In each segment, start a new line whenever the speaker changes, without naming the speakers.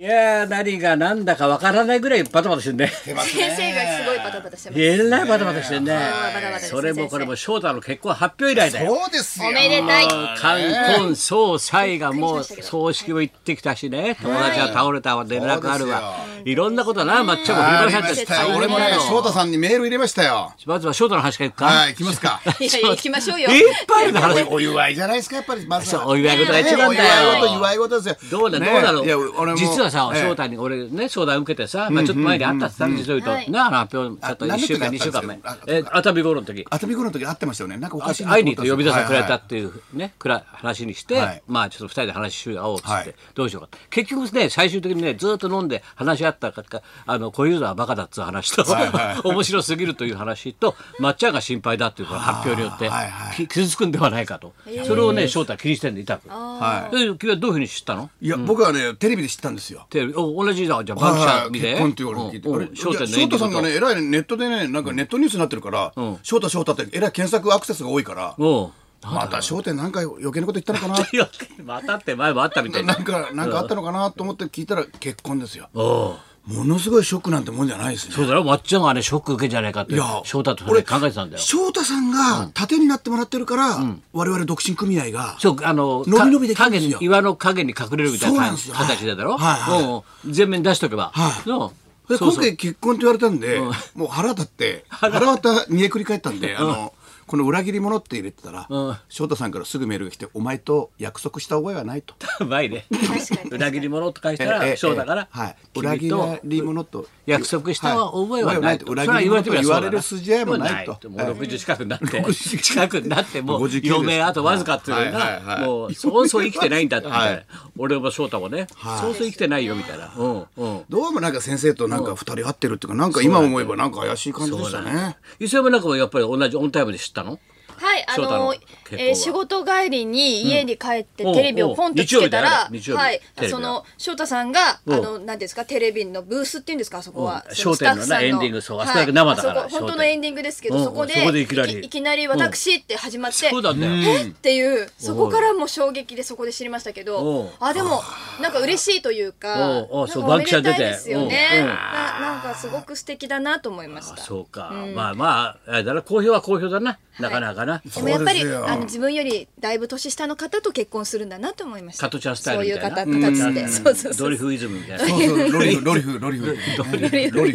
いやー何が何だかわからないぐらいバタバタしてんね。
出ます ね
先生がすごいバタバタしてます。
えらいバタバタしてんね
ーバタバタで。すね
それもこれも翔太の結婚発表以来だよ。
そうですよ
おめでたい。
冠婚葬祭がもう葬式も行ってきたしね友達が倒れたわ連絡あるわいろんなことなまっちゃんも
あ
振
り
り
ま
返って
し
大
たよ
変
俺もね
なの
翔太さんにメール入れましたよ
まずは翔太の話からいくか
はい行きますか
いやいや、行きましょうよ。
いっぱいあるの話
お祝いじゃないですかやっぱりまず
そ
は
うお祝い事が一番だ
ねお祝い事
よ
祝い事ですよ
どうだ、
ね
どうだろう。
いや俺も
実はさ、
ええ
翔太に俺ね、相談受けてさ、まあちょっと前に会ったってさ、実を言うと、
はい
ね、あの発表、ちょっと
あ
1週間、2
何の
週
時だ
間
ったんで
前
すか、
え、熱海五郎の時、
熱海頃の時会ってましたよねなんかおかしいな
会いに行くと呼び出さ
せ
せくれたっていうね、くら話にして
はい、
まあちょっと二人で話し合おうっつっ
は
て
い、
どうしようか。結局ね、最終的にね、ずっと飲んで話し合ったか、あの、小遊三はバカだっつう話と
いは、
面白すぎるという話と、まっちゃんが心配だっていうこの発表によって
はいは、い
き傷つくんではないかと。それをね、翔太は気にしてんでいたわけ。
は
で君はどういうふうに知ったの
いいや僕はねテレビで知ったんですよ
テレビお同じだじゃあバ
は
ンキ
い
シ
は
ャ
い
見て
結婚って言われて聞いて、
うん
あ
う
れ
ん翔太
いや翔太さんが
ね
ね、えらいネットでね、なんかネットニュースになってるから、翔太翔太ってえらい検索アクセスが多いから、
お
また翔太なんか余計なこと言ったのかな
いやまたって前もあったみたいな
なんか、なんかあったのかなと思って聞いたら結婚ですよ。
おう
ものすごいショックなんてもんじゃないです
そ
ね。
うだろまっちゃんがねショック受けじゃないかって翔太とそれ考えてたんだよ
俺翔太さんが盾になってもらってるから、我々独身組合が、
そうあの
伸び伸びできるん
影
ですよ
に岩の影に隠れるみたい
そう
な
な
感
んです
じ
よ
形だろ
はいはい
うん全面に出しとけば
はい
の
で
そうそ
今
う
回結婚って言われたんで、もう腹立って腹渡煮えくり返ったんで、あのこの裏切り者って入れてたら、
うん
翔太さんからすぐメールが来て「お前と約束した覚えはない」と。
うまいね
確かに。
裏切り者と返した
えええ
ら
え
翔太から
はい、裏
君
切
と
り者と
約束した覚えはないと。
裏
それは
切り者と
みれば
言
そうだ
わ
な
れる筋合いもないと。
もう60近くになって、
60
近くになって、もう
59
余命あとわずかっていうの
はいはい
が、
はい
もうそうそう生きてないんだって
は。
俺も翔太もね、そうそう生きてないよみたいな。うんうん。
どうもなんか先生となんか二人会ってるっていうかなんか今思えばなんか怪しい感じでしたね。
磯山なんかもやっぱり同じオンタイムで知ったの
はい、あ
翔太の
の
結構、は
えー仕事帰りに家に帰って
うん
テレビをポンとつけた
おうお
ら、
う日曜日だ
は
よ
い
日曜日テレビだ、
その、翔太さんが、あ
うん
の、なんていうんですか、テレビのブースっていうんですか、あそこは
う。ん
その
商店のね
スタッフさん
エンディングそうあそこだけ生だから
はいあそこ
商
本
店
当のエンディングですけ
うんう
ど、
ん
そこで、
そこでいきなり
きなり私って始まって、
そうだね。
えっていうそこからもう衝撃でそこで知りましたけ
おう
どあでもなんか嬉しいというか
おうおうそう
なんかおめでたいですよ
バンキシャ
ね
出てうん
ななんかすごく素敵だなと思いまし
あ
た
そうか。まあまあ、あれだな、好評は好評だな。なかなかな。
でもやっぱり
そうですよ
あの自分よりだいぶ年下の方と結婚するんだなと思いました
カトちゃんスタイルみたいな。
そういう方たちで
うん
そうそうそう
ドリフイズムみたいな。
そう そうロリフロリフロリフロリ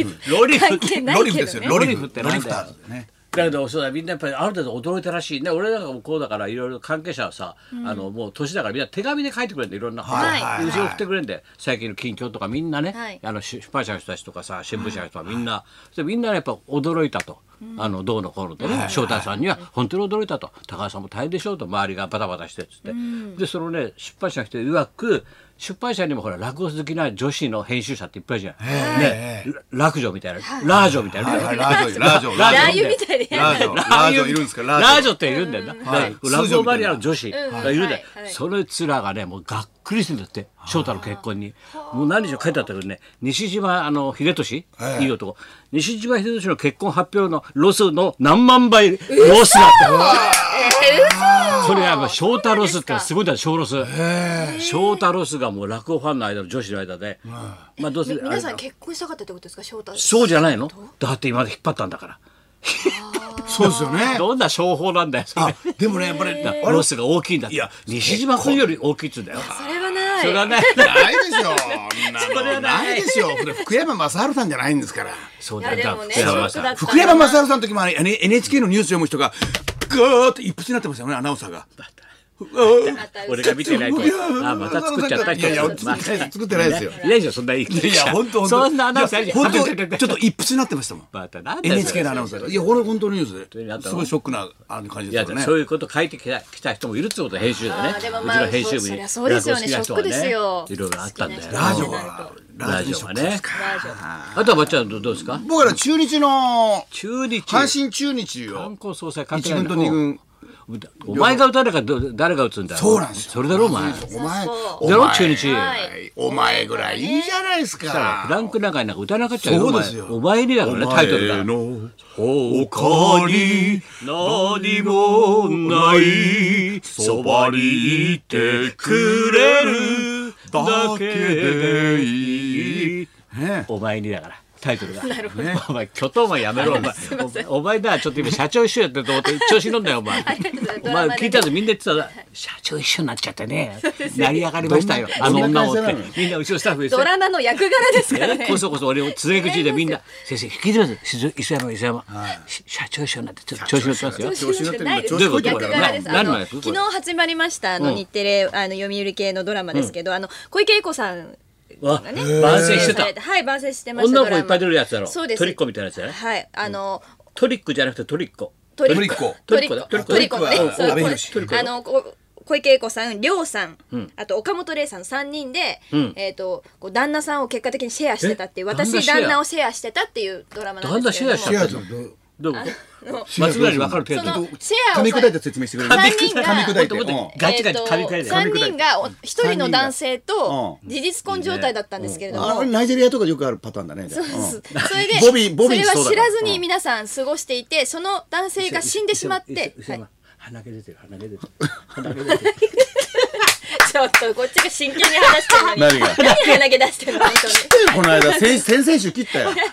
フ
ロリフ
関係ない
ロリフ
け
です
ど
よ
ね
ロ
ロリ
リ
フ
フ
って
ロ
なんだよ
リフターズね。
だけどそうだみんなやっぱりある程度驚いたらしいね俺なんかもこうだからいろいろ関係者はさ、あのもう年だからみんな手紙で書いてくれるんでいろんなことを、
はい
でうちに送ってくれるんで最近の近況とかみんなね、
はい
あの出出版社の人たちとかさ新聞社の人はみんな、でみんなやっぱ驚いたと。あのどうのこうのとね、翔太さんには本当に驚いたと高橋さんも大変でしょうと周りがバタバタしてっつって、でそのね出版社の人いわく出版社にもほら落語好きな女子の編集者っていっぱいいるじゃん、ね落女みたいな、ラージョみたいな、
はいラージョラージョ
ラ
ラ
ージョ
ー油みたいで
ラージョラージョいるんですか
ラ
ラ
ー
ー
ジ
ジ
ョ
ョ
っているんだよな。
はい
でラジオマリアの女子がいるんだよ
うんはい
そのつらがね、もうがっくりしてんだって、翔太の結婚に。もう何しろ書いてあったけどね、西島あの秀俊、いい男。西島秀俊の結婚発表のロスの何万倍ロスだって。それはもう翔太ロスってのはすごいんだよ、小ロス。翔太ロスがもう落語ファンの間の女子の間で。まあどうせ
み皆さん結婚したかったってことですか翔太
そうじゃないのだって今まで引っ張ったんだから。
そうですよね。
どんな商法なんだよ、それ
あでもねやっぱり
だロスが大きいんだって
いや
西島君より大きいっつうんだよ
それはない
それはない
ないで しょ。そ
れはない
ないですよ。これ福山雅治さんじゃないんですから。
そう
い
だ
や
よ
でもね
福
ショ
山
ックだ
さ
っ
ん
たな
福山雅治さんの時もあれ N- NHK のニュース読む人がグーって一発になってましたよねアナウンサーが。
また
俺が見てないとあまた作っちゃった
いやいや
まあ
作ってないです作ってないですよ。
いないでしょそんないい
いや本当本当
そんなアナウンサー
いや本当
いやいや
ちょっと一発になってましたもん。
またなんだよ
NHK のアナウンサーがいや俺本当のニュ
にあっ
ース
たの
ですごいショックなあの感じ
い
で
や
すよね。
そういうこと書いてきたきた人もいるってこと編集でね
あーでもまあ
うちの編集部に
そりゃそうですよね
落語好きな人は
ショックですよ
いろいろあったんだよ
好きな人
ラジオ
な
が
る
ラジオがね。
ラジオ
あとはばっちゃんどどうですか
僕ら中日の
中日
阪神中日を
観光総裁
一軍と二軍。
お前が打たれかど誰が打つんだよ
そうなんですよ
それだろお前
お前
そう
お
だろ
前
中日
はい
お前ぐらいいいじゃないですか
フ。ランク長いなんか歌えなかったよ。
そうですよ
お前お前にだからね、タイトルが。
の
他に何もないそばにいてくれるだけでいい
ね
お前にだからタイトルが。
なるほど。
ね
お前、巨頭もやめろ、お前
すいませ。ん
お前だ、ちょっと今、社長一緒やってると思って、調子乗んだよ、お前
ありがとうござい。
お
ます
前、聞いたらみんな言ってたら、社長一緒になっちゃってね、成り上がりましたよ、あ
ど
の
ん
女
な
をっ
どんな
て
会社なの。
みんな、うちのスタッフです
ドラマの役柄ですからね
こ。そこそ俺を告げ口で みんな「先生聞いてます磯山磯山し社長一緒になってちょっと調子乗ってますよ
社」
調子乗ってないで
調
す。
子乗ってる
役柄です。
どういうこと
あの
何のやつこ
昨
れ
日始まりましたあの
うん
日テレあの読売系のドラマですけど、あの小池栄子さん
わ
がね
番宣してた
されはい番宣してました。
女の子いっぱい出るやつだろ
そうです。
トリッコみたいなやつだね
はいあの。
トリックじゃなくてトリッコ
ト
リッコ
トリッコ
トリッコ
トリッコ
ト
ね
リッコは
そう
阿部
こ
寛
トリッコ
あのこ小池栄子さん、亮さん、あと岡本玲さん三人で、えっとこう旦那さんを結果的にシェアしてたっていう、
え旦那シェ
私
ア
旦那をシェアしてたっていうドラマなん
旦
で
那
すけ
シ
れ
ェ
ど
ア
も
し、
シ
ちゃったのどういうこ
ェアとどう
と
あの
松村に分かる程
その
度
シェア
噛
を
み
さ
砕いて説明してくれる
三人が
噛み砕いて
と
うん
ガチガチ噛み砕い
えーと
て
三人がお一人の
三人が
男性と事実婚状態だったんですけれども、
あナイジェリアとかでよくあるパターンだねじゃあ
そうです
うん
それで
ボビーボ
そ
ビー
れ
そうだ
は知らずに
うん
皆さん過ごしていてその男性が死んでしまって、
磯
はい
山鼻毛出てる鼻毛出てる鼻毛出てる
ちょっとこっちが真剣に話してるのに
何が
鼻毛出してるの本当に
この間先先々週切ったよ先々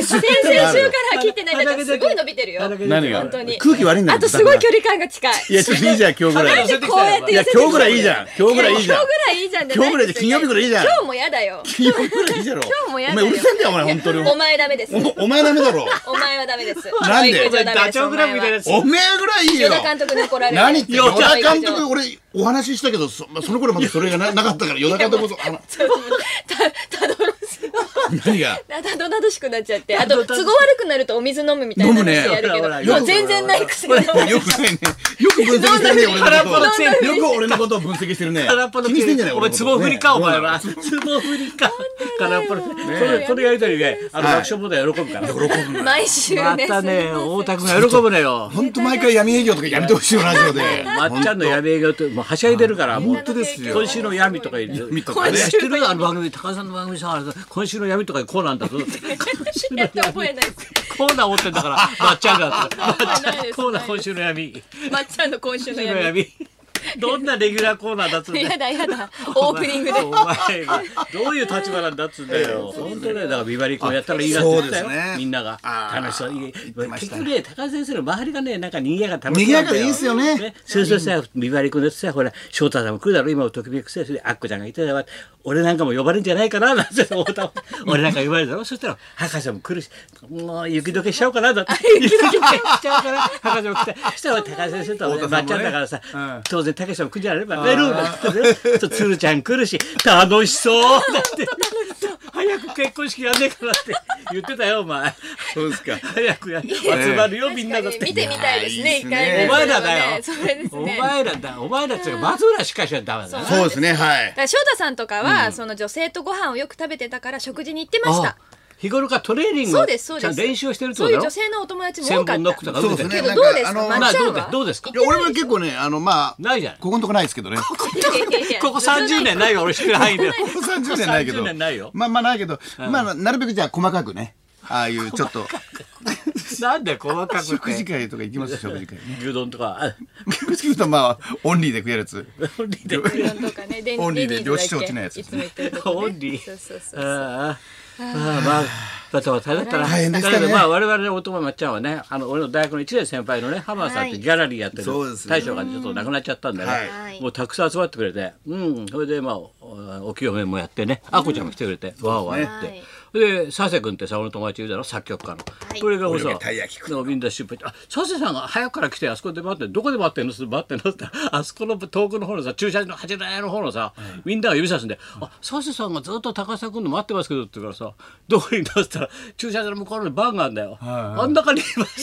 週
先
切ったの
々
あ
週
る
から聞いてないだからすごい伸びてるよ
鼻毛出
本
てる
何が
当に
空気悪いんだよ
あとすごい距離感が近い
いやちょっといいじゃん今日ぐらい
鼻毛
い
出てき
こう
た
や
よ
って
や今日ぐらいいいじゃん今日ぐらいいいじゃん
今日ぐらいいいじゃん
今日ぐらいじゃん金曜日ぐらいいいじゃん
今日もやだよ
金曜日ぐらいいいじゃろ
今日もや
お
だよ
前うるさいんだよお前本当に
お前ダメです
おお前ダメだろ
お前はダメです
なんで
お前はダメ
ダ
です
チョウグラフみたいなやつ
おめえぐらいいいよ
与田監督に怒られる
何言ってんの
与
与
田
田監督俺お話ししたけどそその頃までそれがななかったから与田監督こそあの
ちょっともうたたどろし
何が
なたどなどしくなっちゃってあ
たど
と
た
都
ど
合悪くなるとお水飲むみたいな
飲むね
やるけ
ほ
ど
らほら
もう全然ないくせに
よくないねよく分析してるね俺
空っ
の
ぽの
こ
チェーン
とよく俺のことを分析してるね
空っぽの
気にしてんじゃない
お前、
俺の
ツ
こと
ボ振りか、お前は。
ね
ツボ振りか。空っぽの。それ、それやりとりで、あの、
はい
爆笑問題喜ぶから。
喜ぶな
毎週ね
またね、
すいません
大田君が喜ぶのよ。
本当毎回闇営業とかやめてほしいよラジオで
まっちゃんの闇営業と、もうはしゃいでるから、もう
本。当ですよ
今週の闇とか言う。
闇とか
あ
ね
れ知ってるあの番組、高田さんの番組さ、あれ今週の闇とかこうなんだ ぞ。
やって覚えないです
コーナー追ってんだから、まっちゃんが。まっちゃ
ない
ん
です
コーナー今週の闇。
まっちゃんの今週の
今週の
闇
闇。どんなレギュラーコーナーだっつうんだよ
やだやだオープニングで
お前はどういう立場なんだっつうんだよ。本当ね、だからビバリー君やったらいいなって言ってたよ
そうです。ね
みんなが
あー
楽しそう。いい
てまし
結
た
局
ね
ね、高橋先生の周りがね、なんか賑やか楽し
賑やかでいいっすよね。
そうそうさ、ビバリー君だってさ、ほら、翔太さんも来るだろ、今もときめくせいで、あっこちゃんがいてたわ。俺なんかも呼ばれるんじゃないか な、なんて思ったもん。俺なんか呼ばれるだろ。そしたら、博士も来るし、もう雪解けしちゃおうかな、だって。雪解けしちゃおうかな、博士も来て。そしたら高橋先生と俺
太田
ま
さ
っ
んもね
ちゃんだからさ
うん、
当然たけしさんも来るんじゃないのベルーと鶴ちゃん来るし楽しそうだって早く結婚式やんねえからって言ってたよお前
そうですか
早くや集まるよみんなだっ
確かに見
て
てみたいですね
いやー
一回
いい
お
っすね
ね
前らだよ
それです
お
ね
前らだお前らっていうか松浦しかしはダメだな
そうですねはい
だから翔太さんとかは、その女性とご飯をよく食べてたから食事に行ってました
あ日頃からトレーニング
そ
を
うですそう
ちゃん
です
と練習をしてるって
そ
こ
ういう
とだろ
女性のお友達も
千
多かっ
本ノック
た
とか打て
そう
て
です
る
ね
けどどうです
あ
か
の
ま
ま
っ
あ
ちゃ
ど
ん
うで
は
どうですか
いや俺も結構ねあのまあ
ないじゃない
ここのとこないですけどね こ
ここ30年ないよ俺知ってる範囲 で
こ30年ないけど
ここ30年ないよ
まあまあないけどまあなるべくじゃあ細かくねああいうちょっと
なんで細かく
食事
て
会とか行きますよ食事会ね
牛丼とか
食事会とまあオンリーで食えるやつ
オンリーで
とかねで
オンリーで
レディーズだ
領収書
け
落ちないやつ
いつも言ってるとこ
オ
ね
ンリ
そうそう
ー。
そう
ああ、ああ、まあ、だって大変だったな。
大変でしたね
だけどまあ、我々の男まっちゃんはね、あの、俺の大学の一年先輩のね、浜田さんってギャラリーやってる
そうですね
大将がねちょっと亡くなっちゃったんでね
は、
い
もうたくさん集まってくれて、うん、それでまあ、おお清めもやってね、あこちゃんも来てくれて、わーわーやって。で、佐世君ってさ、俺の友達いるだろ、作曲家の。これが俺
俺
さ
がたい焼き、
みんな心配してあ、佐世さんが早くから来て、あそこで待ってる、どこで待ってんのす待ってんのって言ったら、あそこの遠くの方のさ、駐車場の端の屋の方のさ、みんなが指さすんで、あ、佐世さんがずっと高瀬君の待ってますけどって言うからさ、どこに出したら、駐車場の向こうのバンがあんだよ。あん中にいます。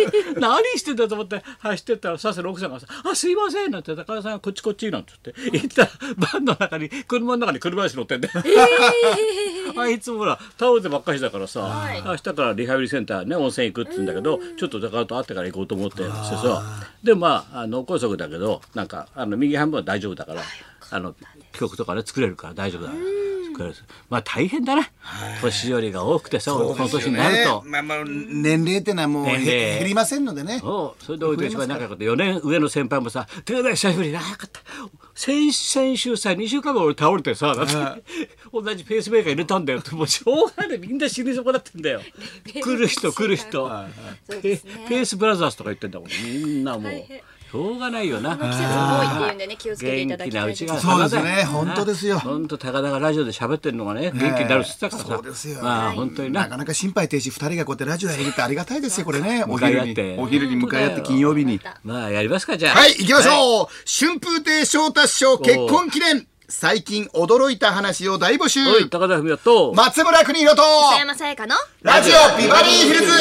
何してんだと思って走ってったらさっさと奥さんがさ「あすいません」なんて高田さんがこっちこっちなんて言って行ったらバンの中に車の中に車椅子乗ってんだよ。 あいつもほら倒れてばっかりだからさ、
はい
明日からリハビリセンターね温泉行くって言うんだけどちょっと高田と会ってから行こうと思ってそうそうでまああの脳梗塞だけどなんかあの右半分は大丈夫だからあの曲とかね作れるから大丈夫だから作れるまあ大変だな年寄りが多くてさこの年になると。
まあまあ年齢ってのはもう
年齢
減りませんのでね
そうそれで俺と一番仲良かった4年上の先輩もさ「手が久しぶりだ早かった先先週さ2週間も俺倒れてさ」なんて同じペースメーカー入れたんだよってもうしょうがないみんな死に損なってんだよ来る人来る人
そ
ペ
うですね
ペースブラザーズとか言ってんだもんみんなもう
大変
しょうがないよな
この季節も多いっていうんでね気をつけていただきたいです
元気なうちが
そうですね本当ですよ
本当高田がラジオで喋ってるのがね元気になるっつってたからさ、
そうですよ
まあ本当に
な
な
かなか心肺停止二人がこうやってラジオやれるってありがたいですよこれ ねお
向かい
昼
合っ
に
て
お昼に向かい合って金曜日に
まあやりますかじゃあ
はい、行きましょう、春風亭昇太師匠結婚記念最近驚いた話を大募集
おい高田文夫と、
松村邦洋と
北山さやかの
ラジオビバリーヒルズ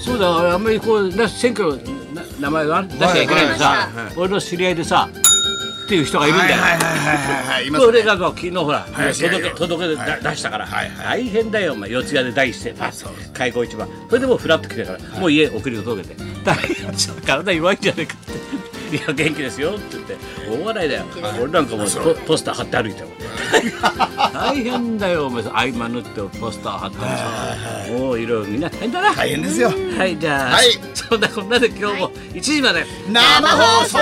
そうだ俺あんまりこうな選挙のな名前は出しちゃいけないのさ、
はい
はい
俺の知り合いでさっていう人がいるんだよ、
はいはいはいはいはいいます
それ
ね
がもう昨日ほら、
はい
届け
はい
届けで、
はい
出したから、
はいは
大変だよお前四ツ谷で第一声パス
そうそう
開口一番それでもうフラッと来てから、もう家送り届けて大変ちょっと体弱いんじゃないか っていや元気ですよって言って大笑いだよ、俺なんかもうポポスター貼って歩い てる大変だよお前合間縫ってポスター貼ったりさもういろいろみんな大変だな
大変ですよ
はいじゃあ、
はい
そんなこんなで今日も1時まで、
生放送